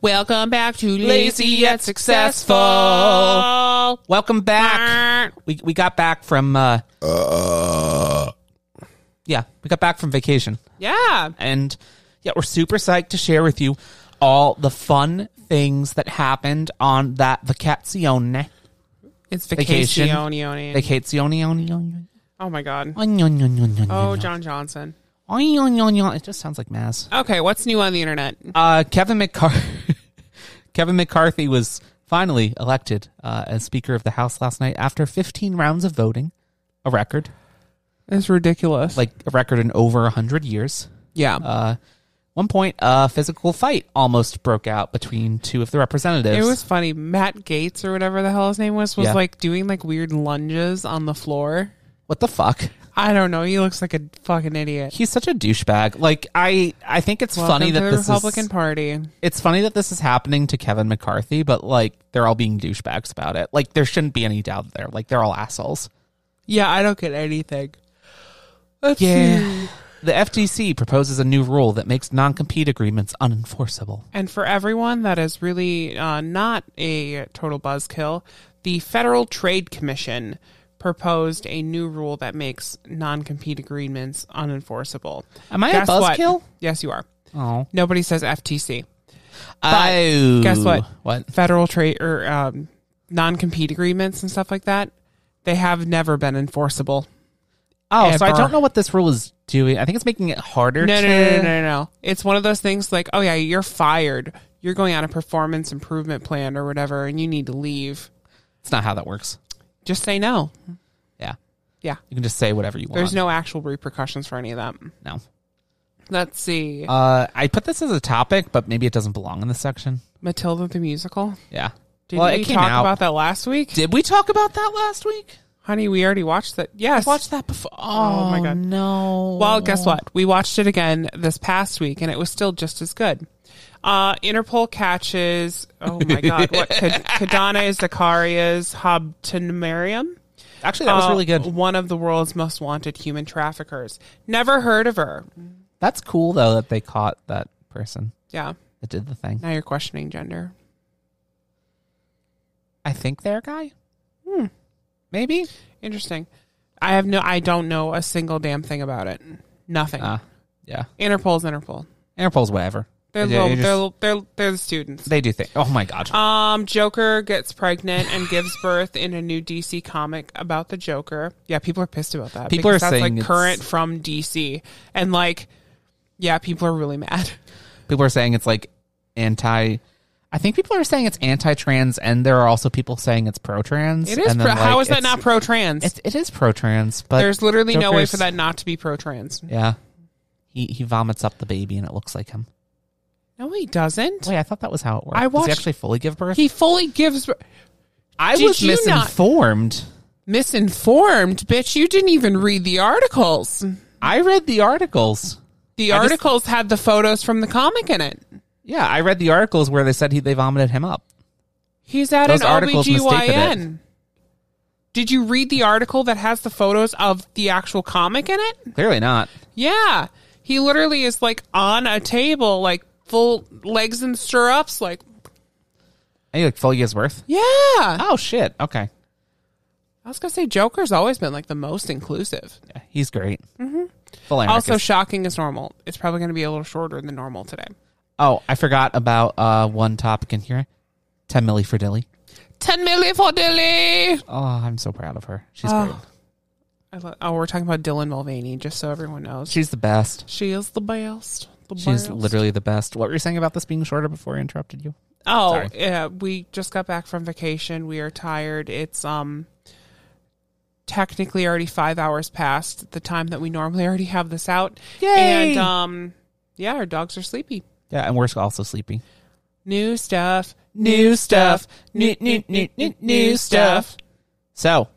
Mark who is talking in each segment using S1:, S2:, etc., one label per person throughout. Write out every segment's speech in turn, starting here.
S1: Welcome back to Lazy Yet Successful.
S2: Welcome back. We we got back from uh,
S1: Uh,
S2: yeah, we got back from vacation,
S1: Yeah.
S2: and yeah, we're super psyched to share with you all the fun things that happened on that vacazione.
S1: It's
S2: Vacation.
S1: vacation.
S2: Vacazione, on, on,
S1: Oh my God.
S2: on, on, on, on, on,
S1: Oh,
S2: on.
S1: John Johnson.
S2: On, on, on, on. It just sounds like mass.
S1: Okay, what's new on the internet?
S2: Uh, Kevin McCarthy. Kevin McCarthy was finally elected uh, as Speaker of the House last night after 15 rounds of voting, a record,
S1: It's ridiculous.
S2: like a record in over 100 years.
S1: yeah.
S2: Uh, one point, a physical fight almost broke out between two of the representatives.
S1: it was funny. Matt Gates or whatever the hell his name was was
S2: Yeah.
S1: like doing like weird lunges on the floor.
S2: what the fuck?
S1: I don't know. He looks like a fucking idiot.
S2: He's such a douchebag. Like I, I think it's
S1: Welcome
S2: funny
S1: to
S2: that
S1: the
S2: this
S1: Republican
S2: is.
S1: Party.
S2: It's funny that this is happening to Kevin McCarthy, but like they're all being douchebags about it. Like there shouldn't be any doubt there. Like they're all assholes.
S1: Yeah, I don't get anything. Let's see.
S2: Yeah. The FTC proposes a new rule that makes non compete agreements unenforceable.
S1: And for everyone that is really uh, not a total buzzkill, the Federal Trade Commission proposed a new rule that makes non compete agreements unenforceable.
S2: Am I a
S1: Guess what?
S2: buzzkill?
S1: Yes, you are.
S2: Oh.
S1: Nobody says FTC.
S2: oh.
S1: Guess what?
S2: What?
S1: Federal trade or um, non compete agreements and stuff like that, they have never been enforceable.
S2: Oh, so I
S1: Ever.
S2: don't know what this rule is doing. I think it's making it harder
S1: No,
S2: to.
S1: no, no, no, no, no. It's one of those things like, oh, yeah, you're fired. You're going on a performance improvement plan or whatever, and you need to leave.
S2: It's not how that works.
S1: Just say no.
S2: Yeah.
S1: Yeah.
S2: You can just say whatever you want.
S1: There's no actual repercussions for any of that.
S2: no.
S1: Let's see.
S2: Uh, I put this as a topic, but maybe it doesn't belong in this section.
S1: Matilda the musical.
S2: Yeah.
S1: Did
S2: well,
S1: we
S2: it came
S1: talk
S2: out.
S1: about that last week?
S2: Did we talk about that last week?
S1: Honey, we already watched that. Yes.
S2: Watched that before. Oh,
S1: my God.
S2: No.
S1: Well, guess what? We watched it again this past week and it was still just as good. Uh, Interpol catches, oh my God, what? Kad- Kadana Zakaria's Hobtonarium?
S2: Actually, that was really good.
S1: Uh, One of the world's most wanted human traffickers. Never heard of her.
S2: That's cool though that they caught that person
S1: Yeah.
S2: that did the thing.
S1: Now you're questioning gender.
S2: I think they're a guy. Hmm. Maybe.
S1: Interesting. I have no, I don't know a single damn thing about it. Nothing.
S2: Ah, yeah.
S1: Interpol's Interpol.
S2: Interpol's whatever.
S1: They're
S2: They- they
S1: little,
S2: just-
S1: they're, little- they're they're the students.
S2: they do things. Oh my god.
S1: Um, Joker gets pregnant and gives birth in a new DC comic about the Joker. Yeah, people are pissed about that.
S2: People
S1: because
S2: are saying
S1: that's like
S2: it's-
S1: current from DC, and like, yeah, people are really mad.
S2: people are saying it's like anti. I think people are saying it's anti-trans, and there are also people saying it's pro-trans.
S1: It is.
S2: and
S1: Pro-
S2: then, like,
S1: how is that
S2: it's-
S1: not pro trans?
S2: It's, it is pro-trans, but
S1: There's literally no way
S2: Joker's-
S1: for that not to be pro trans.
S2: Yeah. He he vomits up the baby, and it looks like him.
S1: No, he doesn't.
S2: Wait, I thought that was how it worked.
S1: I
S2: Does
S1: watched-
S2: he actually fully give birth.
S1: He fully gives bir-
S2: I
S1: Did
S2: was
S1: you not-
S2: misinformed.
S1: misinformed, bitch. You didn't even read the articles.
S2: I read the articles.
S1: The
S2: I just-
S1: articles had the photos from the comic in it.
S2: Yeah, I read the articles where they said he they vomited him up.
S1: He's at
S2: Those
S1: an
S2: articles mistaken
S1: OBGYN. Did you read the article that has the photos of the actual comic in it?
S2: Clearly not.
S1: Yeah. He literally is like on a table, like full legs and stirrups, like,
S2: Are you like fully gives birth?
S1: yeah.
S2: Oh shit. Okay.
S1: I was going to say Joker's always been like the most inclusive.
S2: Yeah, he's great. Mm-hmm. Full anarchist.
S1: Also, shocking is normal. It's probably going to be a little shorter than normal today.
S2: oh, I forgot about uh one topic in here. Ten milli for Dilly.
S1: 10 million for Dilly.
S2: Oh, I'm so proud of her. She's
S1: Oh.
S2: great.
S1: I lo- oh, we're talking about Dylan Mulvaney, just so everyone knows. She,
S2: She's the best.
S1: is the best. The
S2: She's
S1: best.
S2: literally the best. What were you saying about this being shorter before I interrupted you?
S1: Oh,
S2: Sorry.
S1: yeah. We just got back from vacation. We are tired. It's um technically already five hours past the time that we normally already have this out.
S2: Yay!
S1: And um yeah, our dogs are sleepy.
S2: Yeah, and we're also sleepy.
S1: New stuff.
S2: New stuff. New new new new, new stuff. So,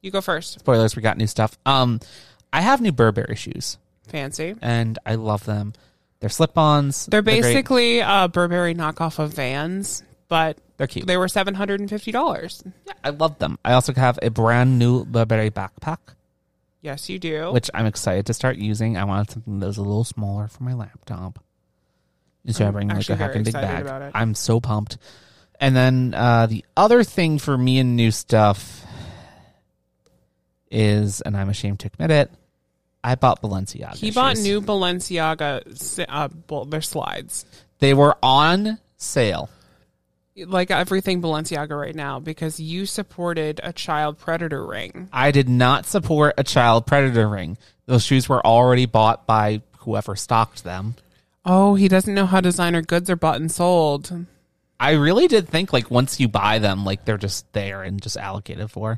S1: You go first.
S2: spoilers, we got new stuff. Um I have new Burberry shoes
S1: Fancy.
S2: and I love them. They're slip-ons.
S1: They're
S2: great.
S1: basically a Burberry knockoff of Vans, but
S2: They're cute.
S1: they were seven hundred and fifty dollars.
S2: I love them. I also have a brand new Burberry backpack,
S1: Yes, you do.
S2: which I'm excited to start using. I wanted something that was a little smaller for my laptop. And so i
S1: I'm
S2: bring like a
S1: actually very
S2: heckin' big
S1: excited
S2: bag.
S1: about it.
S2: I'm so pumped. And then uh, the other thing for me and new stuff is, and I'm ashamed to admit it, I bought Balenciaga.
S1: He bought
S2: shoes.
S1: new Balenciaga. si- Uh, well, their slides,
S2: They were on sale.
S1: like everything Balenciaga right now, because you supported a child predator ring.
S2: I did not support a child predator ring. Those shoes were already bought by whoever stocked them.
S1: Oh, he doesn't know how designer goods are bought and sold.
S2: I really did think like once you buy them, like they're just there and just allocated for.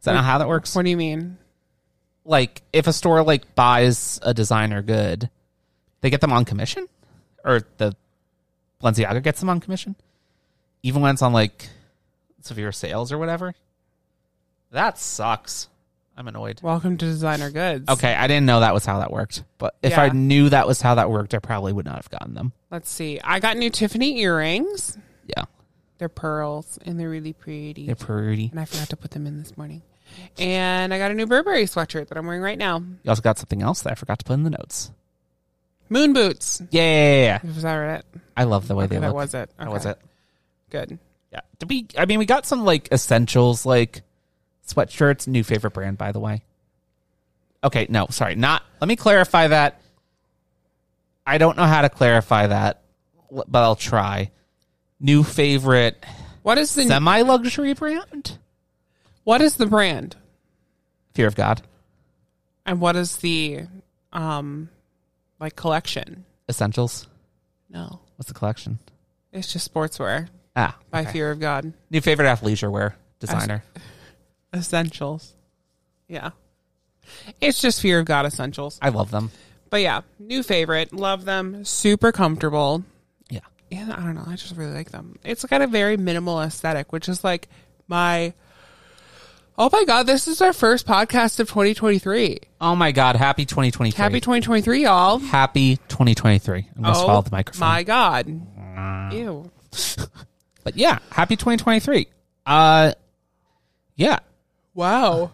S2: Is that not how that works?
S1: What do you mean?
S2: Like if a store like buys a designer good, they get them on commission, or the Balenciaga gets them on commission, even when it's on like severe sales or whatever. That sucks. I'm annoyed.
S1: Welcome to designer goods.
S2: Okay, I didn't know that was how that worked, but if I
S1: Yeah.
S2: knew that was how that worked, I probably would not have gotten them.
S1: Let's see. I got new Tiffany earrings.
S2: Yeah,
S1: They're pearls and they're really pretty.
S2: they're pretty.
S1: And I forgot to put them in this morning. And I got a new Burberry sweatshirt that I'm wearing right now.
S2: You also got something else that I forgot to put in the notes.
S1: Moon boots.
S2: Yeah, yeah, yeah, yeah.
S1: Was that it?
S2: I love the way they
S1: Okay,
S2: look.
S1: that was it.
S2: That was
S1: Okay.
S2: it.
S1: Good.
S2: Yeah. Did we? I mean, we got some like essentials, like sweatshirts. New favorite brand, by the way. Okay. No, sorry. Not. Let me clarify that. I don't know how to clarify that, l- but I'll try. New favorite
S1: What is the
S2: semi luxury brand?
S1: what is the brand?
S2: Fear of God
S1: And what is the um like collection?
S2: essentials.
S1: No.
S2: What's the collection?
S1: It's just sportswear
S2: Ah,
S1: by
S2: okay.
S1: fear of God.
S2: New favorite athleisure wear designer.
S1: Essentials. Yeah. It's just fear of God essentials.
S2: I love them.
S1: But yeah, new favorite. Love them. Super comfortable.
S2: Yeah.
S1: And I don't know. I just really like them. It's got a very minimal aesthetic, which is like my. Oh my God, this is our first podcast of 2023.
S2: Oh my God! Happy 2023.
S1: Happy 2023, y'all.
S2: Happy 2023. I'm
S1: Oh
S2: gonna swallow the microphone.
S1: my God. Ew.
S2: But yeah, happy 2023. Uh yeah,
S1: Wow.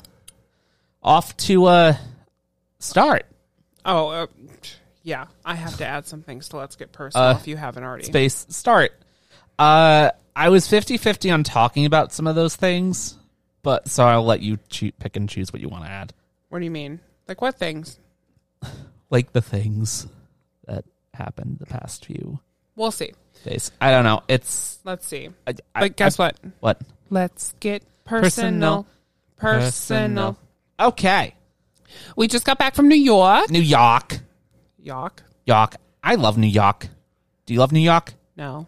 S2: off to uh start.
S1: Oh, uh, yeah. I have to add some things to Let's Get Personal
S2: Uh,
S1: if you haven't already.
S2: Space start. Uh I was 50/50 on talking about some of those things, but so I'll let you choo- pick and choose what you want to add.
S1: what do you mean? Like what things?
S2: Like the things that happened the past few
S1: We'll see.
S2: days. I don't know. It's
S1: Let's see.
S2: I, I-
S1: But guess what?
S2: I- what?
S1: Let's get personal. Personal.
S2: Okay.
S1: We just got back from New York.
S2: New York.
S1: York?
S2: York. I love New York. Do you love New York?
S1: No.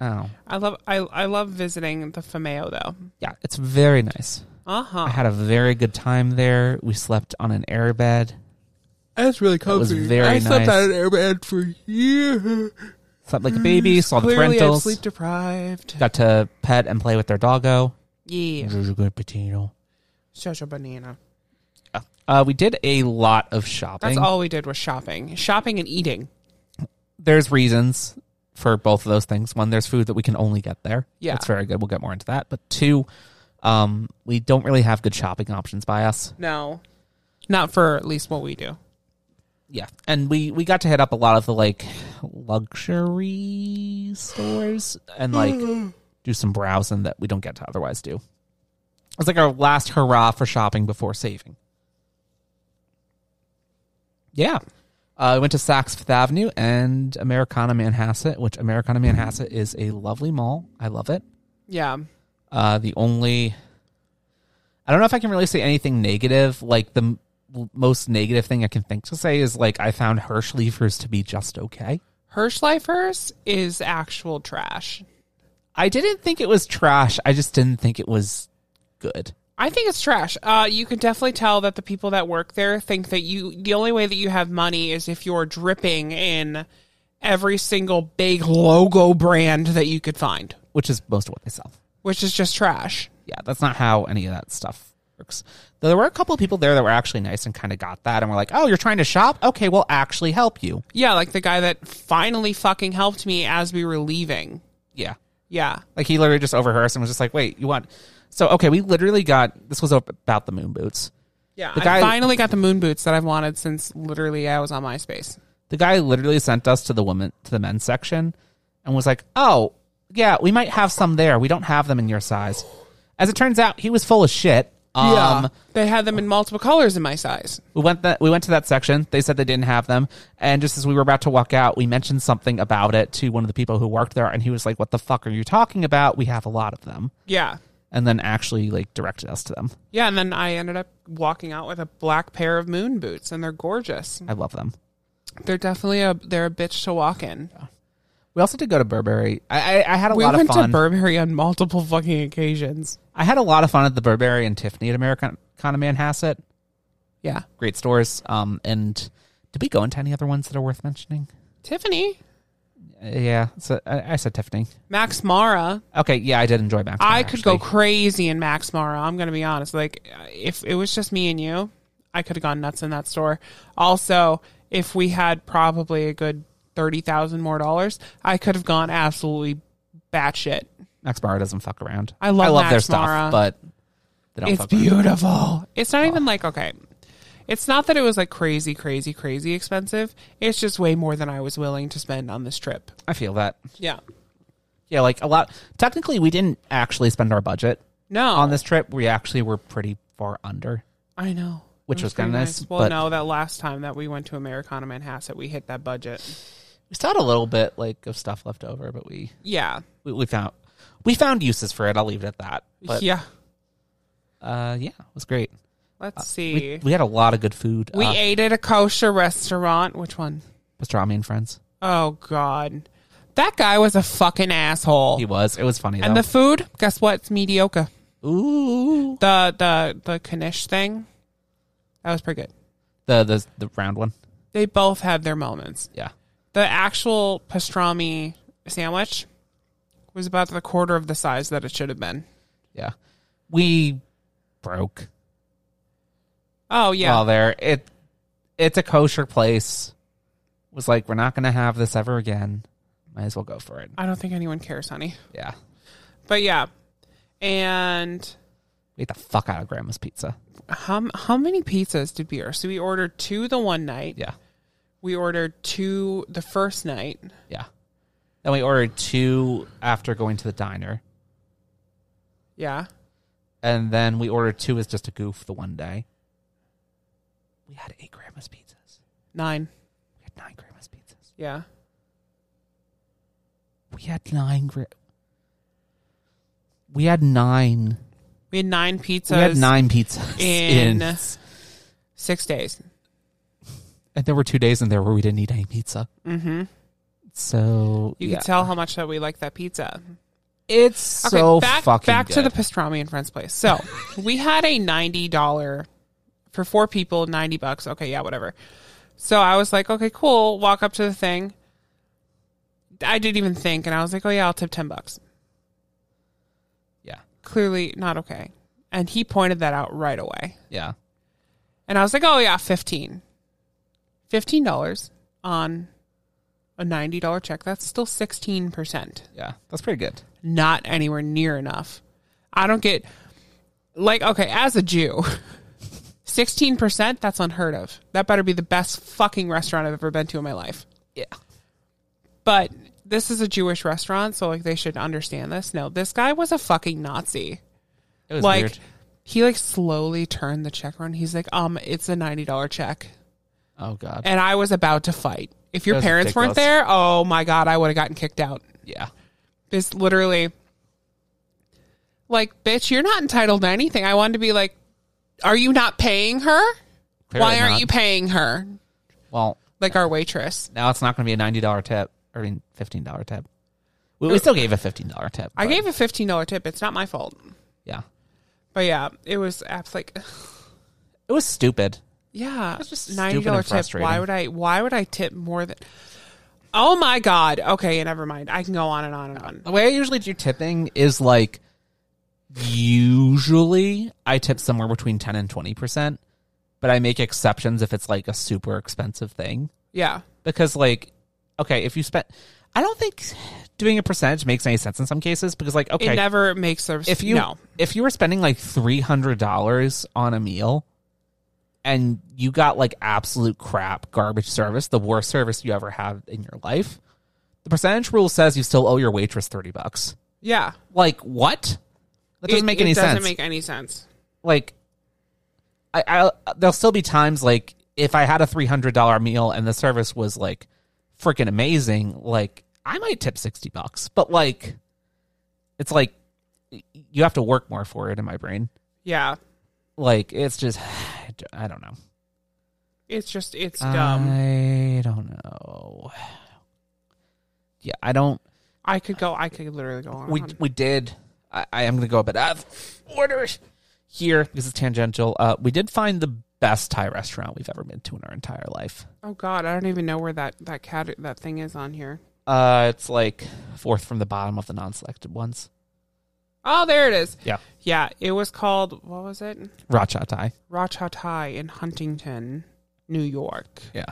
S2: Oh.
S1: I love I I love visiting the Fomeo though.
S2: Yeah, it's very nice.
S1: Uh
S2: I
S1: huh.
S2: had a very good time there. We slept on an airbed.
S1: That's really
S2: That was very I slept nice. on
S1: an airbed for years.
S2: Slept like a baby, saw the
S1: Mm, Clearly, I'm
S2: rentals.
S1: sleep deprived.
S2: Got to pet and play with their doggo.
S1: Yeah.
S2: Potato.
S1: Such a banana.
S2: Uh, we did a lot of shopping.
S1: That's all we did was shopping, shopping and eating.
S2: There's reasons for both of those things. One, there's food that we can only get there.
S1: Yeah.
S2: That's very good. We'll get more into that. But two, um, we don't really have good shopping options by us.
S1: No, not for at least what we do.
S2: Yeah. And we, we got to hit up a lot of the like luxury stores and like do some browsing that we don't get to otherwise do. It's like our last hurrah for shopping before saving. Yeah. Uh, I went to Saks Fifth Avenue and Americana Manhasset, which Americana Manhasset is a lovely mall. I love it.
S1: Yeah,
S2: Uh, the only, I don't know if I can really say anything negative. Like the m- most negative thing I can think to say is like I found Hirsch Leafers to be just okay.
S1: Hirschlifers is actual trash.
S2: I didn't think it was trash. I just didn't think it was good.
S1: I think it's trash. Uh, you can definitely tell that the people that work there think that you the only way that you have money is if you're dripping in every single big logo brand that you could find,
S2: which is most of what they sell.
S1: which is just trash.
S2: Yeah, that's not how any of that stuff works. Though there were a couple of people there that were actually nice and kind of got that and were like, "Oh, you're trying to shop? Okay, we'll actually help you."
S1: Yeah, like the guy that finally fucking helped me as we were leaving.
S2: Yeah,
S1: Yeah.
S2: like he literally just overheard us and was just like, "Wait, you want?" So okay, we literally got this was about the moon boots.
S1: Yeah,
S2: The
S1: I
S2: guy-
S1: finally got the moon boots that I've wanted since literally I was on MySpace.
S2: The guy literally sent us to the women to the men's section and was like, "Oh, yeah, we might have some there. We don't have them in your size." As it turns out, he was full of shit. Um,
S1: they had them in multiple colors in my size.
S2: we went that we went to that section. They said they didn't have them, and just as we were about to walk out, we mentioned something about it to one of the people who worked there, and he was like, "What the fuck are you talking about? We have a lot of them."
S1: Yeah.
S2: And then actually like directed us to them.
S1: Yeah, and then I ended up walking out with a black pair of moon boots and they're gorgeous.
S2: I love them.
S1: They're definitely a they're a bitch to walk in.
S2: We also did go to Burberry. I I, I had a
S1: We
S2: lot of
S1: went
S2: fun.
S1: to Burberry on multiple fucking occasions.
S2: I had a lot of fun at the Burberry and Tiffany at American Manhasset.
S1: Yeah.
S2: Great stores. Um, and did we go into any other ones that are worth mentioning?
S1: Tiffany,
S2: Uh, yeah, so I, I said Tiffany.
S1: Max Mara,
S2: Okay, yeah, I did enjoy Max.
S1: I
S2: Mara,
S1: could
S2: actually.
S1: go crazy in Max Mara. I'm going to be honest. Like, if it was just me and you, I could have gone nuts in that store. Also, if we had probably a good 30000 more dollars, I could have gone absolutely batshit.
S2: Max Mara doesn't fuck around.
S1: I love
S2: I love their
S1: Max
S2: stuff,
S1: Mara.
S2: but they don't
S1: It's
S2: fuck around.
S1: beautiful. It's not even like, okay, it's not that it was like crazy, crazy, crazy expensive. It's just way more than I was willing to spend on this trip.
S2: I feel that.
S1: Yeah.
S2: Yeah, like a lot. Technically, we didn't actually spend our budget
S1: No.
S2: on this trip. We actually were pretty far under.
S1: I know.
S2: Which
S1: It
S2: was kinda
S1: pretty
S2: nice,
S1: Well,
S2: but-
S1: no, that last time that we went to Americana Manhasset, we hit that budget.
S2: We still had a little bit like of stuff left over, but we
S1: Yeah.
S2: we, we found we found uses for it. I'll leave it at that. But
S1: yeah.
S2: uh, yeah, it was great.
S1: Let's
S2: We,
S1: see. We,
S2: uh, we had a lot of good food. uh,
S1: ate at a kosher restaurant. Which one?
S2: pastrami and friends.
S1: Oh God, that guy was a fucking asshole.
S2: He was. It was funny.
S1: and
S2: though.
S1: the food, guess what? It's mediocre.
S2: ooh
S1: The the the Kanish thing, that was pretty good.
S2: the the the round one.
S1: They both had their moments.
S2: Yeah,
S1: The actual pastrami sandwich was about the quarter of the size that it should have been.
S2: yeah. We broke
S1: Oh yeah,
S2: while there. It it's a kosher place. Was like we're not gonna have this ever again. Might as well go for it.
S1: I don't think anyone cares, honey.
S2: Yeah,
S1: But yeah, and
S2: we ate the fuck out of Grandma's pizza.
S1: how how many pizzas did we order? So we ordered two the one night.
S2: Yeah,
S1: We ordered two the first night.
S2: yeah. Then we ordered two after going to the diner,
S1: Yeah.
S2: and then we ordered two as just a goof the one day. We had eight Grandma's pizzas.
S1: Nine.
S2: We had nine Grandma's pizzas.
S1: Yeah.
S2: We had nine. Gra- we had nine.
S1: We had nine pizzas
S2: we had nine pizzas in,
S1: in- six days.
S2: and there were two days in there where we didn't eat any pizza. Mm-hmm. So
S1: You
S2: yeah.
S1: could tell how much that we liked that pizza.
S2: it's
S1: Okay,
S2: so
S1: back
S2: fucking
S1: back to the
S2: good.
S1: pastrami and friends place. So we had a ninety dollar for four people, ninety bucks. Okay, yeah, whatever. So I was like, okay, cool. Walk up to the thing. I didn't even think, and I was like, oh yeah, I'll tip ten bucks.
S2: yeah
S1: Clearly not okay. And he pointed that out right away.
S2: yeah
S1: And I was like, oh, yeah, 15 $15 on a $90 check. That's still 16%.
S2: yeah that's pretty good.
S1: Not anywhere near enough. I don't get, like, okay, as a Jew, 16%, that's unheard of. That better be the best fucking restaurant I've ever been to in my life.
S2: Yeah
S1: But this is a Jewish restaurant, so, like, they should understand this. No, this guy was a fucking Nazi.
S2: it was
S1: Like,
S2: weird.
S1: he, like, slowly turned the check around. He's like, um, it's a $90 check.
S2: Oh god
S1: and I was about to fight. If your
S2: That's
S1: parents weren't
S2: ridiculous.
S1: there, oh my god, I would have gotten kicked out.
S2: yeah
S1: This literally, like, bitch, you're not entitled to anything. I wanted to be like, are you not paying her?
S2: Clearly
S1: Why aren't
S2: not.
S1: you paying her?
S2: well
S1: Like our waitress,
S2: now it's not going to be a ninety dollar tip or I mean fifteen dollar tip. We, we still gave a fifteen dollar tip.
S1: Uh, I
S2: but,
S1: gave a fifteen dollar tip. It's not my fault,
S2: yeah
S1: but yeah, it was apps like,
S2: it was stupid.
S1: yeah,
S2: just stupid
S1: ninety
S2: and
S1: dollar tip. Why
S2: frustrating.
S1: would I? Why would I tip more than? Oh my god. Okay, never mind. I can go on and on and on.
S2: The way I usually do tipping is like usually I tip somewhere between 10 and 20%, but I make exceptions if it's like a super expensive thing
S1: Yeah,
S2: because like okay, if you spend I don't think doing a percentage makes any sense in some cases because like
S1: it
S2: okay,
S1: never makes service.
S2: if you
S1: no.
S2: if you were spending like $300 on a meal, and you got like absolute crap garbage service, the worst service you ever had in your life, the percentage rule says you still owe your waitress 30 bucks.
S1: Yeah.
S2: Like what? That doesn't
S1: It-
S2: make any
S1: it
S2: sense.
S1: doesn't make any sense.
S2: like I, I there'll still be times like if I had a three hundred dollar meal and the service was like freaking amazing, like I might tip sixty bucks, but like it's like y- you have to work more for it in my brain.
S1: Yeah.
S2: Like it's just I don't know.
S1: It's just it's
S2: Um,
S1: dumb.
S2: I don't know. Yeah, I don't.
S1: I could go. I could literally go on.
S2: We we did. I, I am gonna go a bit out of order here because it's tangential. Uh, we did find the best Thai restaurant we've ever been to in our entire life.
S1: oh God, I don't even know where that that cat that thing is on here.
S2: Uh, it's like fourth from the bottom of the non-selected ones.
S1: Oh, there it is.
S2: Yeah,
S1: Yeah, it was called what was it?
S2: Racha Thai.
S1: Racha Thai in Huntington, New York.
S2: Yeah,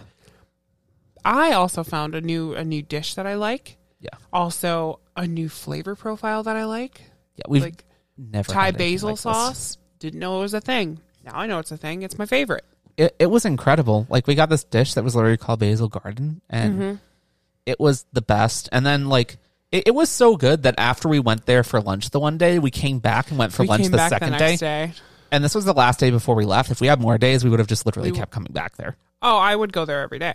S1: I also found a new a new dish that I like.
S2: yeah,
S1: Also, a new flavor profile that I like,
S2: yeah. We've
S1: like
S2: never
S1: Thai
S2: had anything
S1: basil
S2: like this.
S1: sauce. Didn't know it was a thing. Now I know it's a thing. It's my favorite.
S2: It, it was incredible. Like we got this dish that was literally called Basil Garden, and
S1: Mm-hmm.
S2: it was the best. And then like. It, it was so good that after we went there for lunch the one day, we came back and went for
S1: we
S2: lunch
S1: came
S2: the
S1: back
S2: second
S1: the
S2: day.
S1: next day.
S2: And this was the last day before we left. If we had more days, we would have just literally kept coming back there.
S1: Oh, I would go there every day.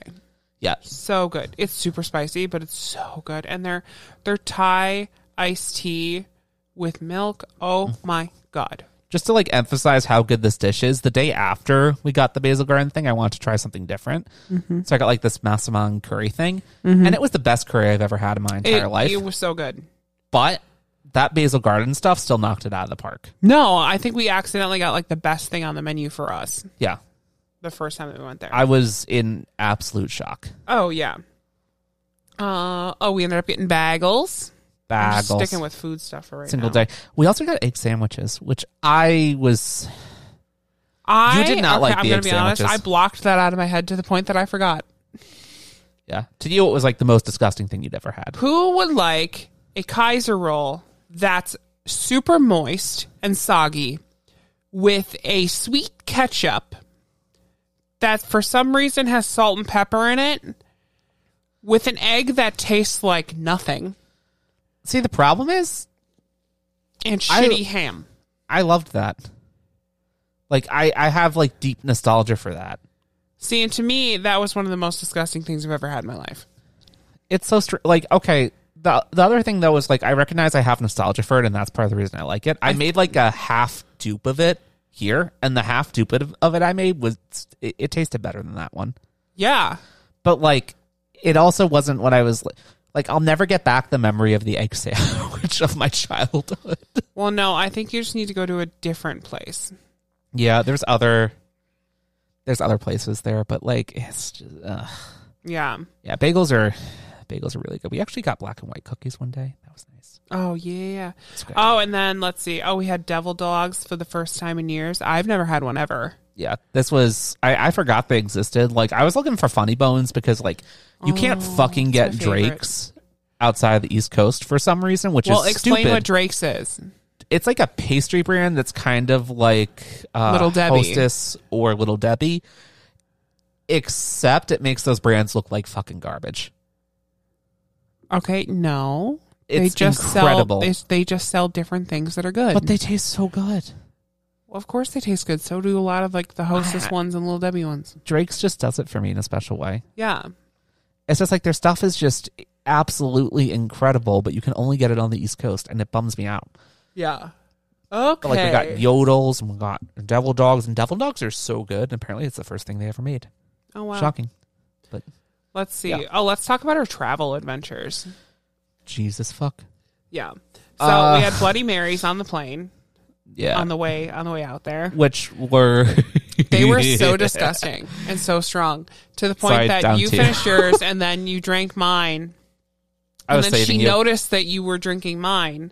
S2: Yeah.
S1: So good. It's super spicy, but it's so good. And their their Thai iced tea with milk. Oh
S2: Mm.
S1: my god.
S2: Just to like emphasize how good this dish is, the day after we got the basil garden thing, I wanted to try something different.
S1: Mm-hmm.
S2: So I got like this massaman curry thing, and it was the best curry I've ever had in my entire
S1: It,
S2: life.
S1: it was so good.
S2: but that basil garden stuff still knocked it out of the park.
S1: No, I think we accidentally got like the best thing on the menu for us
S2: Yeah.
S1: the first time that we went there.
S2: I was in absolute shock.
S1: oh yeah. Uh oh, we ended up getting bagels. I'm just
S2: Bagels.
S1: Sticking with food stuff for right
S2: single
S1: now.
S2: day. We also got egg sandwiches, which I was
S1: I
S2: You did not
S1: okay,
S2: like
S1: I'm
S2: the
S1: gonna
S2: egg
S1: be honest. I
S2: sandwiches.
S1: blocked that out of my head to the point that I forgot.
S2: yeah. To you it was like the most disgusting thing you'd ever had.
S1: Who would like a Kaiser roll that's super moist and soggy with a sweet ketchup that for some reason has salt and pepper in it with an egg that tastes like nothing
S2: See, the problem is
S1: and
S2: I-
S1: shitty ham?
S2: I loved that. Like I, I have like deep nostalgia for that.
S1: See, and to me, that was one of the most disgusting things I've ever had in my life.
S2: It's so str- like okay. The the other thing though is like I recognize I have nostalgia for it, and that's part of the reason I like it. I, made like a half dupe of it here, and the half dupe of, of it I made was it, it tasted better than that one.
S1: Yeah.
S2: But like it also wasn't what I was like. Like I'll never get back the memory of the egg sandwich of my childhood.
S1: Well, no, I think you just need to go to a different place.
S2: Yeah, there's other there's other places there, but like it's just. uh, Ugh.
S1: Yeah.
S2: Yeah, bagels are bagels are really good. We actually got black and white cookies one day. That was nice.
S1: Oh yeah.
S2: good.
S1: Oh, and then let's see. Oh, we had devil dogs for the first time in years. I've never had one ever.
S2: Yeah, this was I, I forgot they existed. Like I was looking for funny bones because like you can't fucking get
S1: Oh, my favorite.
S2: Drake's outside the East Coast for some reason, which
S1: well,
S2: is
S1: explain
S2: stupid.
S1: what Drake's is.
S2: it's like a pastry brand that's kind of like uh,
S1: Little Debbie.
S2: Hostess or Little Debbie, except it makes those brands look like fucking garbage.
S1: Okay, no.
S2: It's
S1: they just
S2: incredible.
S1: sell they, they just sell different things that are good.
S2: But they taste so good.
S1: well, of course they taste good. So do a lot of like the hostess
S2: I-
S1: ones and little Debbie ones.
S2: Drake's just does it for me in a special way.
S1: Yeah.
S2: It's just like their stuff is just absolutely incredible, but you can only get it on the East Coast, and it bums me out.
S1: Yeah. Okay.
S2: But like we got yodels and we got devil dogs, and devil dogs are so good. And apparently, it's the first thing they ever made.
S1: oh wow.
S2: Shocking, but
S1: Let's see.
S2: Yeah.
S1: Oh, let's talk about our travel adventures.
S2: Jesus fuck,
S1: Yeah. So
S2: Uh,
S1: we had Bloody Marys on the plane
S2: yeah.
S1: on the way on the way out there.
S2: Which were
S1: Um, They were so disgusting and so strong to the point
S2: Sorry,
S1: that
S2: down
S1: you
S2: to you.
S1: finished yours and then you drank mine.
S2: I was
S1: and then she
S2: saving you.
S1: noticed that you were drinking mine.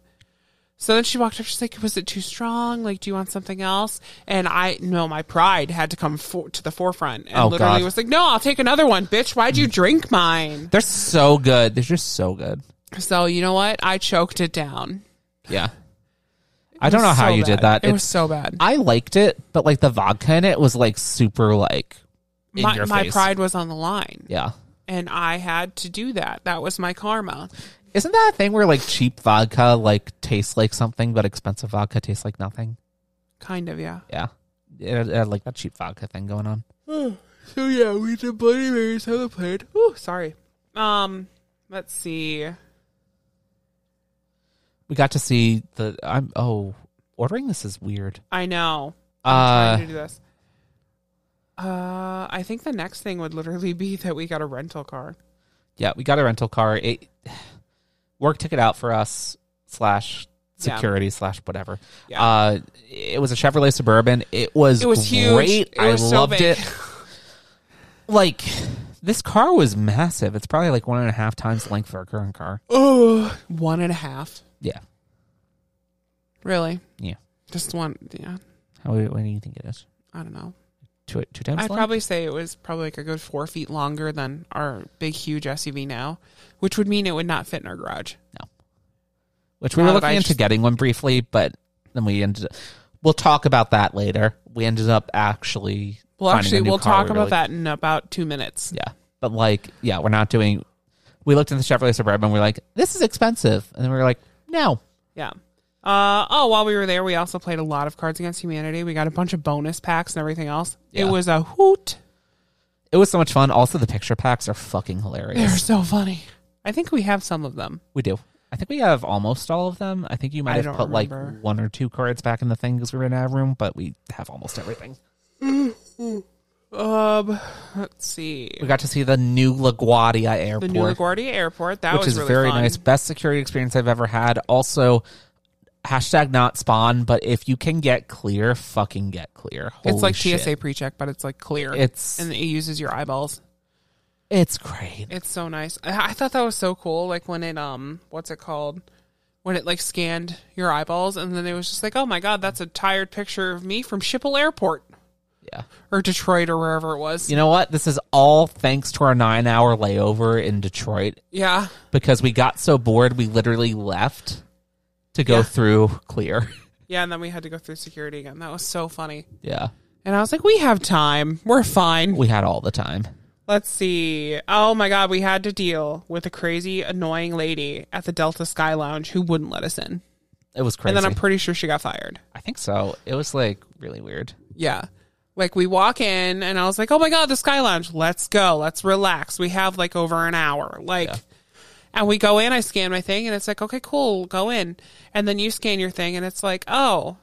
S1: So then she walked up. She's like, "Was it too strong? Like, do you want something else?" And I, no, my pride had to come for, to the forefront, and
S2: Oh,
S1: literally
S2: God.
S1: was like, "No, I'll take another one, bitch. Why'd you drink mine?"
S2: They're so good. They're just so good.
S1: So you know what? I choked it down.
S2: Yeah. I don't
S1: was
S2: know how
S1: so
S2: you did
S1: bad.
S2: that.
S1: It was
S2: It's-
S1: so bad.
S2: I liked it, but like the vodka in it was like super like in
S1: my
S2: your
S1: my
S2: face.
S1: pride was on the line,
S2: Yeah.
S1: and I had to do that. That was my karma.
S2: Isn't that a thing where like cheap vodka like tastes like something, but expensive vodka tastes like nothing?
S1: Kind of, yeah.
S2: Yeah, it, it had, like that cheap vodka thing going on.
S1: So yeah, we did Bloody Marys how the played. Oh, sorry. Um, let's see.
S2: We got to see the. I'm oh, ordering this is weird.
S1: I know. I'm
S2: Uh,
S1: trying to do this. Uh, I think the next thing would literally be that we got a rental car.
S2: yeah, we got a rental car. It work took it out for us slash
S1: Yeah.
S2: security slash whatever.
S1: Yeah.
S2: Uh, it was a Chevrolet Suburban. It was
S1: It was huge.
S2: great.
S1: It
S2: I
S1: was so
S2: loved
S1: big.
S2: it. Like this car was massive. It's probably like one and a half times the length of our current car.
S1: Oh, one and a half.
S2: Yeah,
S1: Really?
S2: yeah.
S1: Just one? Yeah.
S2: How what do you think it is?
S1: I don't know.
S2: Two two times.
S1: I'd
S2: the length?
S1: probably say it was probably like a good four feet longer than our big, huge SUV now, which would mean it would not fit in our garage.
S2: which we were
S1: Uh,
S2: looking
S1: I
S2: into
S1: just-
S2: getting one briefly, but then we ended. We'll talk about that later. We ended up actually.
S1: Well,
S2: finding a
S1: actually,
S2: new
S1: we'll
S2: car
S1: talk
S2: we
S1: about
S2: really-
S1: that in about two minutes.
S2: Yeah, but like, yeah, we're not doing. We looked at the Chevrolet Suburban. We're like, this is expensive, and then we were like, no,
S1: Yeah. Uh, oh, while we were there, we also played a lot of Cards Against Humanity. We got a bunch of bonus packs and everything else.
S2: Yeah.
S1: It was a hoot.
S2: it was so much fun. Also, the picture packs are fucking
S1: They're
S2: hilarious.
S1: so funny. I think we have some of them.
S2: We do. I think we have almost all of them. I think you
S1: I
S2: might have
S1: don't
S2: put
S1: remember.
S2: like one or two cards back in the thing because we were in our room, but we have almost everything.
S1: Um, let's see.
S2: We got to see the new LaGuardia
S1: The
S2: airport.
S1: new LaGuardia Airport. That
S2: which
S1: was
S2: is
S1: really
S2: very
S1: fun.
S2: nice. Best security experience I've ever had. Also, hashtag not spawn, but if you can get clear, fucking get clear. Holy
S1: It's like
S2: shit.
S1: TSA pre-check, but it's like clear.
S2: It's
S1: and it uses your eyeballs.
S2: it's great.
S1: It's so nice. I, I thought that was so cool. Like when it um, what's it called? When it like scanned your eyeballs, and then it was just like, oh my god, that's a tired picture of me from Schiphol Airport
S2: Yeah.
S1: or Detroit or wherever it was.
S2: You know what? This is all thanks to our nine hour layover in Detroit
S1: yeah.
S2: because we got so bored we literally left to go
S1: Yeah.
S2: through clear.
S1: Yeah, and then we had to go through security again. That was so funny.
S2: yeah.
S1: And I was like, we have time. We're fine.
S2: We had all the time.
S1: Let's see. Oh my God, we had to deal with a crazy, annoying lady at the Delta Sky Lounge who wouldn't let us in.
S2: It was crazy.
S1: And then I'm pretty sure she got fired.
S2: I think so. It was like really weird.
S1: Yeah. Like we walk in and I was like, oh my God, the Sky Lounge. Let's go. Let's relax. We have like over an hour. Like, and we go in, I scan my thing and it's like, okay, cool, go in. And then you scan your thing and it's like, oh,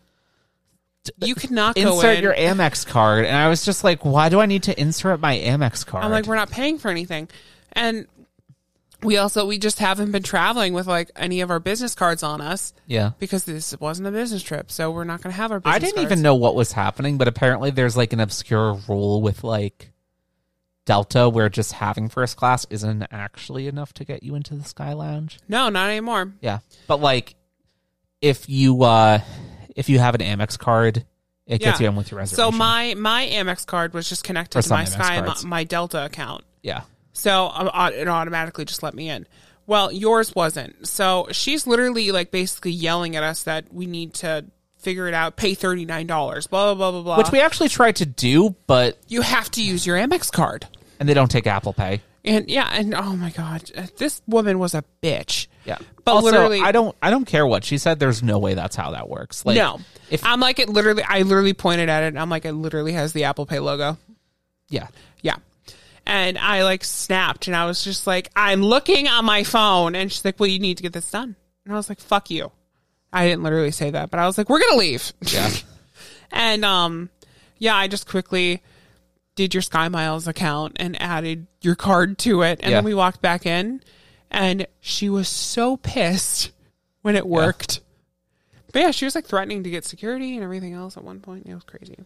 S1: you could not go
S2: insert
S1: in.
S2: your Amex card. And I was just like, why do I need to insert my Amex card?
S1: I'm like, we're not paying for anything. And we also, we just haven't been traveling with like any of our business cards on us
S2: yeah.
S1: because this wasn't a business trip. So we're not going to have our business
S2: I didn't
S1: cards.
S2: even know what was happening, but apparently there's like an obscure rule with like Delta where just having first class isn't actually enough to get you into the Sky Lounge.
S1: No, not anymore.
S2: Yeah. But like if you uh if you have an Amex card, it gets
S1: Yeah.
S2: you in with your reservation.
S1: So my, my Amex card was just connected
S2: Or
S1: to my
S2: some Amex
S1: Sky, my,
S2: cards.
S1: my Delta account.
S2: Yeah.
S1: So uh, au- it automatically just let me in. Well, yours wasn't. So she's literally like basically yelling at us that we need to figure it out, pay $39, blah, blah, blah, blah, blah.
S2: Which we actually tried to do, but
S1: you have to use your Amex card.
S2: and they don't take Apple Pay.
S1: And yeah, and oh my god, this woman was a bitch.
S2: Yeah.
S1: but
S2: also,
S1: literally,
S2: I don't I don't care what she said, there's no way that's how that works. Like
S1: no.
S2: if
S1: I'm like it literally. I literally pointed at it. and I'm like it literally has the Apple Pay logo.
S2: yeah.
S1: Yeah, and I like snapped and I was just like, I'm looking on my phone, and she's like, Well, you need to get this done, and I was like, Fuck you. I didn't literally say that, but I was like, We're gonna leave.
S2: Yeah.
S1: And um, yeah, I just quickly did your Sky Miles account and added your card to it, and
S2: Yeah.
S1: then we walked back in, and she was so pissed when it worked. But yeah, she was like threatening to get security and everything else at one point. It was crazy.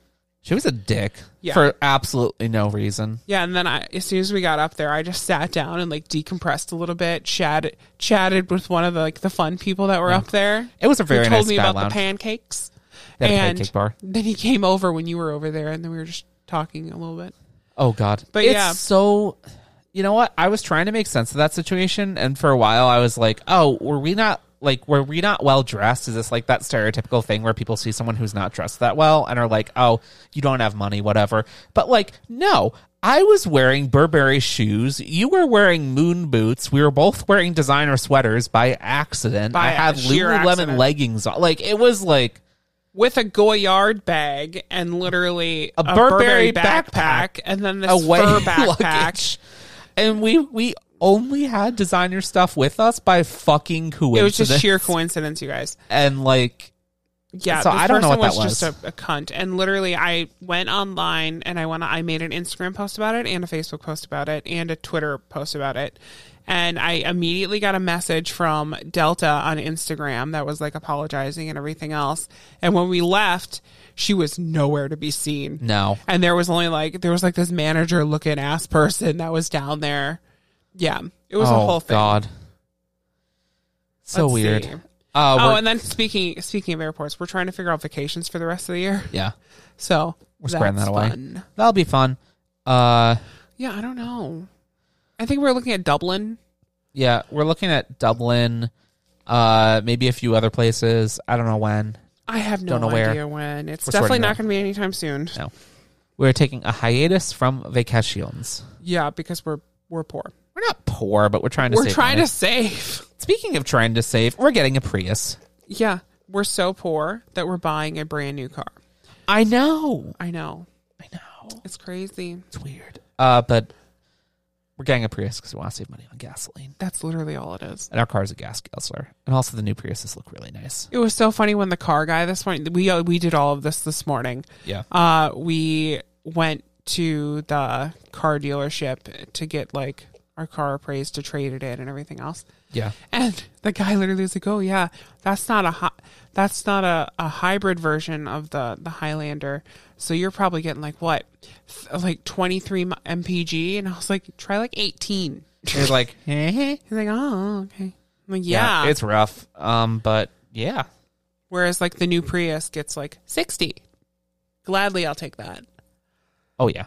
S2: She was a dick
S1: Yeah.
S2: for absolutely no reason.
S1: Yeah, and then I, as soon as we got up there, I just sat down and like decompressed a little bit, chatted, chatted with one of the, like the fun people that were up there.
S2: It was a very
S1: who
S2: nice
S1: told me
S2: Sky
S1: about
S2: Lounge.
S1: the pancakes.
S2: They had a
S1: and
S2: pancake bar.
S1: then he came over when you were over there, and then we were just talking a little bit.
S2: Oh God!
S1: But
S2: it's
S1: yeah.
S2: so. You know what? I was trying to make sense of that situation, and for a while, I was like, "Oh, were we not like were we not well dressed? Is this like that stereotypical thing where people see someone who's not dressed that well and are like, "Oh, you don't have money, whatever." But like, no. I was wearing Burberry shoes. You were wearing moon boots. We were both wearing designer sweaters by accidient.
S1: By
S2: I had
S1: sheer
S2: Lululemon
S1: accident.
S2: leggings on. Like it was like
S1: with a Goyard bag and literally a,
S2: Burberry
S1: Burberry,
S2: backpack,
S1: backpack, and then this
S2: a way
S1: fur backpack.
S2: luggage. and we we only had designer stuff with us by fucking coincidence.
S1: It was just sheer coincidence, you guys.
S2: and like
S1: Yeah,
S2: So
S1: this
S2: I don't know
S1: person
S2: what that was.
S1: just a, a cunt. And literally, I went online and I went. I made an Instagram post about it, and a Facebook post about it, and a Twitter post about it. And I immediately got a message from Delta on Instagram that was like apologizing and everything else. And when we left, she was nowhere to be seen.
S2: no,
S1: And there was only like there was like this manager looking ass person that was down there. Yeah, it was
S2: oh
S1: a whole thing.
S2: god, so
S1: Let's
S2: weird.
S1: see.
S2: Uh,
S1: Oh,
S2: we're-
S1: and then speaking speaking of airports, we're trying to figure out vacations for the rest of the year.
S2: yeah,
S1: So
S2: we're spreading
S1: that's
S2: that away.
S1: fun.
S2: That'll be fun. Uh,
S1: Yeah, I don't know. I think we're looking at Dublin.
S2: yeah, we're looking at Dublin. Uh, maybe a few other places. I don't know when.
S1: I have no
S2: Don't know where.
S1: idea when. It's
S2: We're
S1: definitely
S2: sorting it out.
S1: not going to be anytime soon.
S2: No. We're taking a hiatus from vacations.
S1: Yeah, because we're we're poor.
S2: We're not poor, but we're trying to.
S1: We're
S2: save
S1: trying
S2: money.
S1: to save.
S2: Speaking of trying to save, we're getting a Prius.
S1: Yeah, we're so poor that we're buying a brand new car.
S2: I know.
S1: I know.
S2: I know.
S1: It's crazy.
S2: It's weird. Uh, but we're getting a Prius because we want to save money on gasoline.
S1: That's literally all it is.
S2: And our car's a gas guzzler. And also the new Priuses look really nice.
S1: It was so funny when the car guy this morning we uh, we did all of this this morning.
S2: Yeah.
S1: Uh, we went to the car dealership to get like our car appraised to trade it in and everything else.
S2: Yeah.
S1: And the guy literally was like, "Oh yeah, that's not a hi- that's not a, a hybrid version of the the Highlander. So you're probably getting like what, Th- like 23 mi- mpg." And I was like, "Try like 18." He's
S2: It's like, eh?
S1: like, "Oh, okay." I'm like, yeah.
S2: It's rough. Um, but yeah.
S1: Whereas like the new Prius gets like 60. Gladly, I'll take that.
S2: Oh, yeah.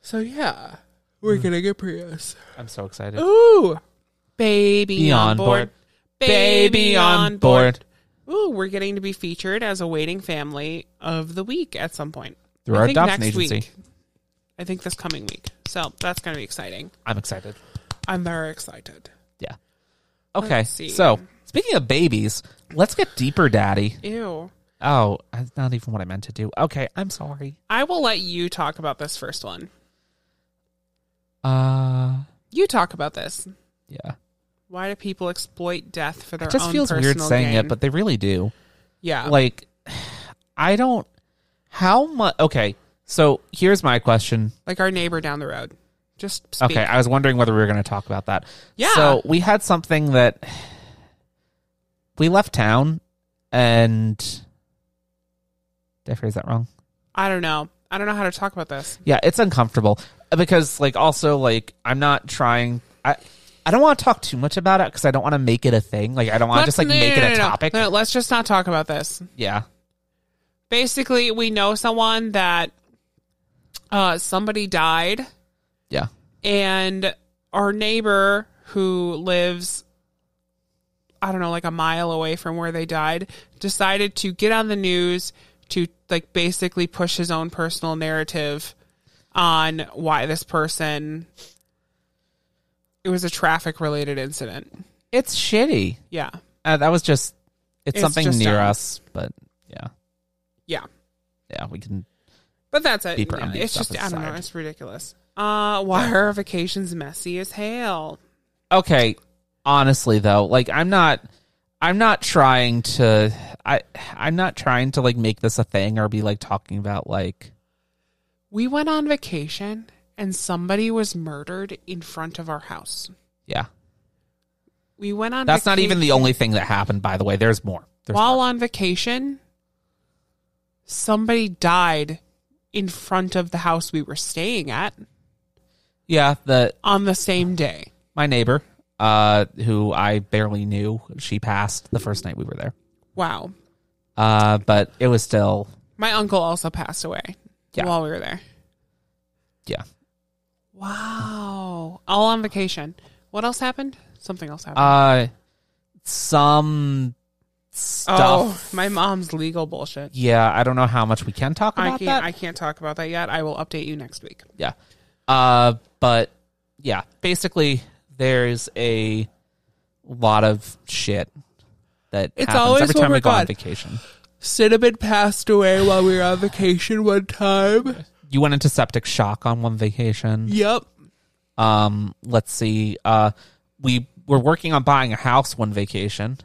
S1: So yeah, we're gonna get Prius.
S2: I'm so excited.
S1: Mm. Ooh, baby
S2: Be
S1: on
S2: on
S1: board.
S2: board. Baby on board.
S1: Ooh, we're getting to be featured as a waiting family of the week at some point.
S2: Through
S1: I
S2: our
S1: think
S2: adoption
S1: next
S2: agency.
S1: Week. I think this coming week. So that's gonna be exciting.
S2: I'm excited.
S1: I'm very excited.
S2: Yeah. Okay.
S1: Let's see.
S2: So, speaking of babies, let's get deeper, daddy.
S1: Ew.
S2: Oh, that's not even what I meant to do. Okay. I'm sorry.
S1: I will let you talk about this first one.
S2: Uh,
S1: You talk about this.
S2: yeah.
S1: Why do people exploit death for their
S2: It just
S1: own
S2: feels weird
S1: personal
S2: saying it,
S1: gain?
S2: but they really do.
S1: yeah,
S2: like i don't how much okay so here's my question
S1: like our neighbor down the road. Just speak.
S2: okay i was wondering whether we were going to talk about that
S1: Yeah.
S2: so we had something that we left town and did i phrase that wrong
S1: I don't know. I don't know how to talk about this.
S2: yeah it's uncomfortable uh, because like also like i'm not trying i I don't want to talk too much about it because I don't want to make it a thing. Like I don't want to
S1: Let's-
S2: just like
S1: no, no,
S2: make
S1: no,
S2: it a
S1: no, no.
S2: topic.
S1: No, let's just not talk about this.
S2: Yeah,
S1: Basically, we know someone that uh, somebody died,
S2: yeah,
S1: and our neighbor who lives, I don't know, like a mile away from where they died, decided to get on the news to like basically push his own personal narrative on why this person. It was a traffic related incident.
S2: it's shitty.
S1: Yeah.
S2: Uh, that was just it's,
S1: It's
S2: something
S1: just
S2: near
S1: dumb.
S2: us, but yeah,
S1: Yeah.
S2: yeah, we can.
S1: But that's it.
S2: deeper
S1: Yeah,
S2: on the
S1: it's just
S2: stuff
S1: I don't know.
S2: aside.
S1: It's ridiculous. Uh, why are vacations messy as hell?
S2: Okay, honestly though, like I'm not, I'm not trying to, I, I'm not trying to like make this a thing or be like talking about like
S1: We went on vacation and somebody was murdered in front of our house.
S2: yeah.
S1: We went on.
S2: That's not
S1: vaca-
S2: even the only thing that happened, by the way. There's more. There's more.
S1: While on vacation, somebody died in front of the house we were staying at
S2: Yeah, the
S1: on the same day.
S2: my neighbor, uh, who I barely knew, she passed the first night we were there.
S1: Wow.
S2: Uh, but it was still
S1: My uncle also passed away
S2: Yeah.
S1: while we were there.
S2: yeah.
S1: Wow. All on vacation. What else happened? Something else happened.
S2: Uh, some stuff.
S1: Oh, my mom's legal bullshit.
S2: Yeah, I don't know how much we can talk
S1: I
S2: about
S1: can't.
S2: that.
S1: I can't talk about that yet. I will update you next week.
S2: yeah. Uh, but yeah, basically, there's a lot of shit that
S1: It's
S2: happens
S1: always
S2: every
S1: when
S2: time we
S1: we're
S2: go on
S1: gone.
S2: vacation.
S1: Cinnamon passed away while we were on vacation one time.
S2: You went into septic shock on one vacation.
S1: Yep.
S2: Um, let's see. Uh, we were working on buying a house one vacation.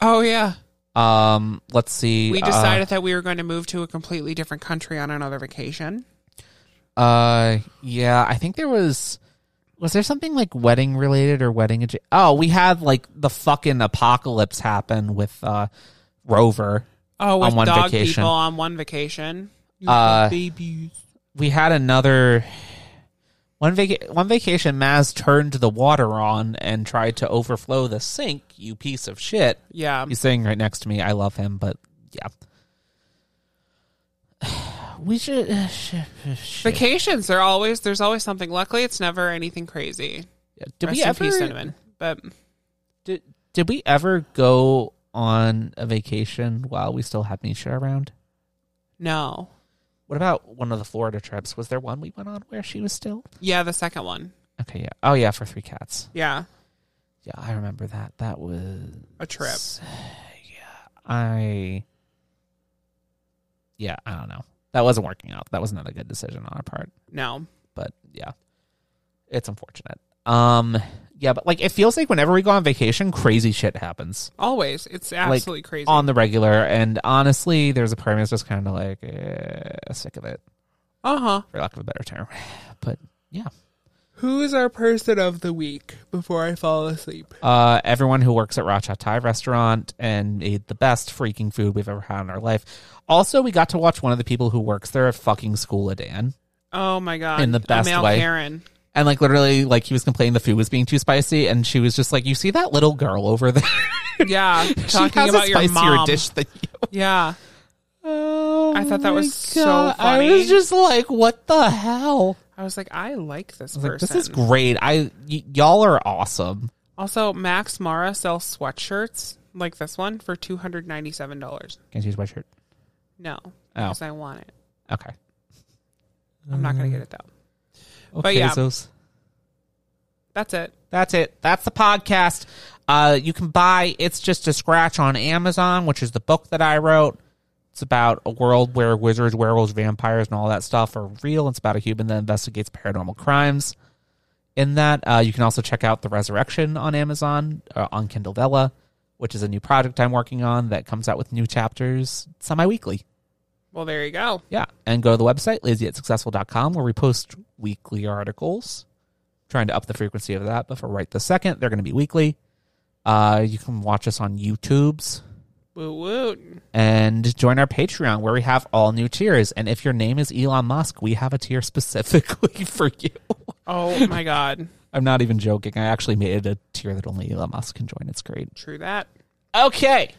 S1: Oh yeah.
S2: Um, let's see.
S1: We
S2: uh,
S1: decided that we were going to move to a completely different country on another vacation.
S2: Uh, yeah, I think there was. Was there something like wedding related or wedding? adja- Oh, we had like the fucking apocalypse happen with uh Rover.
S1: Oh, with
S2: On one
S1: dog
S2: vacation.
S1: people on one vacation. You
S2: Uh,
S1: have babies.
S2: We had another one vaca- one vacation. Maz turned the water on and tried to overflow the sink. You piece of shit.
S1: Yeah.
S2: He's sitting right next to me. I love him, but yeah. We should. shit.
S1: Vacations are always there's always something. Luckily, it's never anything crazy.
S2: Did
S1: Rest
S2: we
S1: in
S2: ever?
S1: peace, cinnamon. But
S2: Did did we ever go on a vacation while we still had Misha around?
S1: no,
S2: What about one of the Florida trips? Was there one we went on where she was still?
S1: yeah, the second one,
S2: Okay, yeah. Oh yeah, for three cats.
S1: yeah,
S2: Yeah, I remember that. That was
S1: a trip.
S2: I Yeah, I don't know. That wasn't working out. That was not a good decision on our part.
S1: No,
S2: But yeah. It's unfortunate. Um yeah, but like it feels like whenever we go on vacation, crazy shit happens.
S1: always it's absolutely crazy.
S2: on the regular. And honestly, there's a part of me that's just kind of like eh, sick of it,
S1: Uh huh.
S2: for lack of a better term. But yeah,
S1: Who is our person of the week before I fall asleep?
S2: uh, everyone who works at Racha Thai restaurant and made the best freaking food we've ever had in our life. Also, we got to watch one of the people who works there at fucking school a Dan.
S1: Oh my god!
S2: In the best
S1: a male
S2: way.
S1: Karen.
S2: And like literally, like he was complaining the food was being too spicy, and she was just like, "You see that little girl over there?
S1: Yeah,
S2: she
S1: talking
S2: has
S1: about
S2: a
S1: your
S2: spicier
S1: mom.
S2: dish than you."
S1: Yeah,
S2: Oh,
S1: I thought
S2: my
S1: that was so
S2: I
S1: funny.
S2: was just like, "What the hell?"
S1: I was like, I like this
S2: I was
S1: person.
S2: like, this is great. I y- y'all are awesome.
S1: also Max Mara sells sweatshirts like this one for two hundred ninety seven dollars.
S2: Can I use my shirt?
S1: No,
S2: Oh,
S1: because I want it.
S2: okay.
S1: I'm not gonna get it though.
S2: Okay,
S1: yeah.
S2: Zos.
S1: That's it.
S2: that's it. That's the podcast. Uh, you can buy "It's Just a Scratch" on Amazon, which is the book that I wrote. It's about a world where wizards, werewolves, vampires, and all that stuff are real. It's about a human that investigates paranormal crimes. In that, uh, you can also check out the Resurrection on Amazon uh, on Kindle Vella, which is a new project I'm working on that comes out with new chapters semi-weekly.
S1: Well, there you go.
S2: Yeah. And go to the website, lazyatsuccessful.com, where we post weekly articles. Trying to up the frequency of that, but for right the second, they're going to be weekly. Uh, you can watch us on YouTube's
S1: Woot woot.
S2: and join our Patreon where we have all new tiers. And if your name is Elon Musk, we have a tier specifically for you.
S1: Oh my god.
S2: I'm not even joking. I actually made it a tier that only Elon Musk can join. It's great.
S1: True that.
S2: Okay.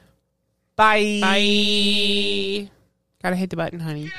S2: Bye.
S1: Bye. Gotta hit the button, honey.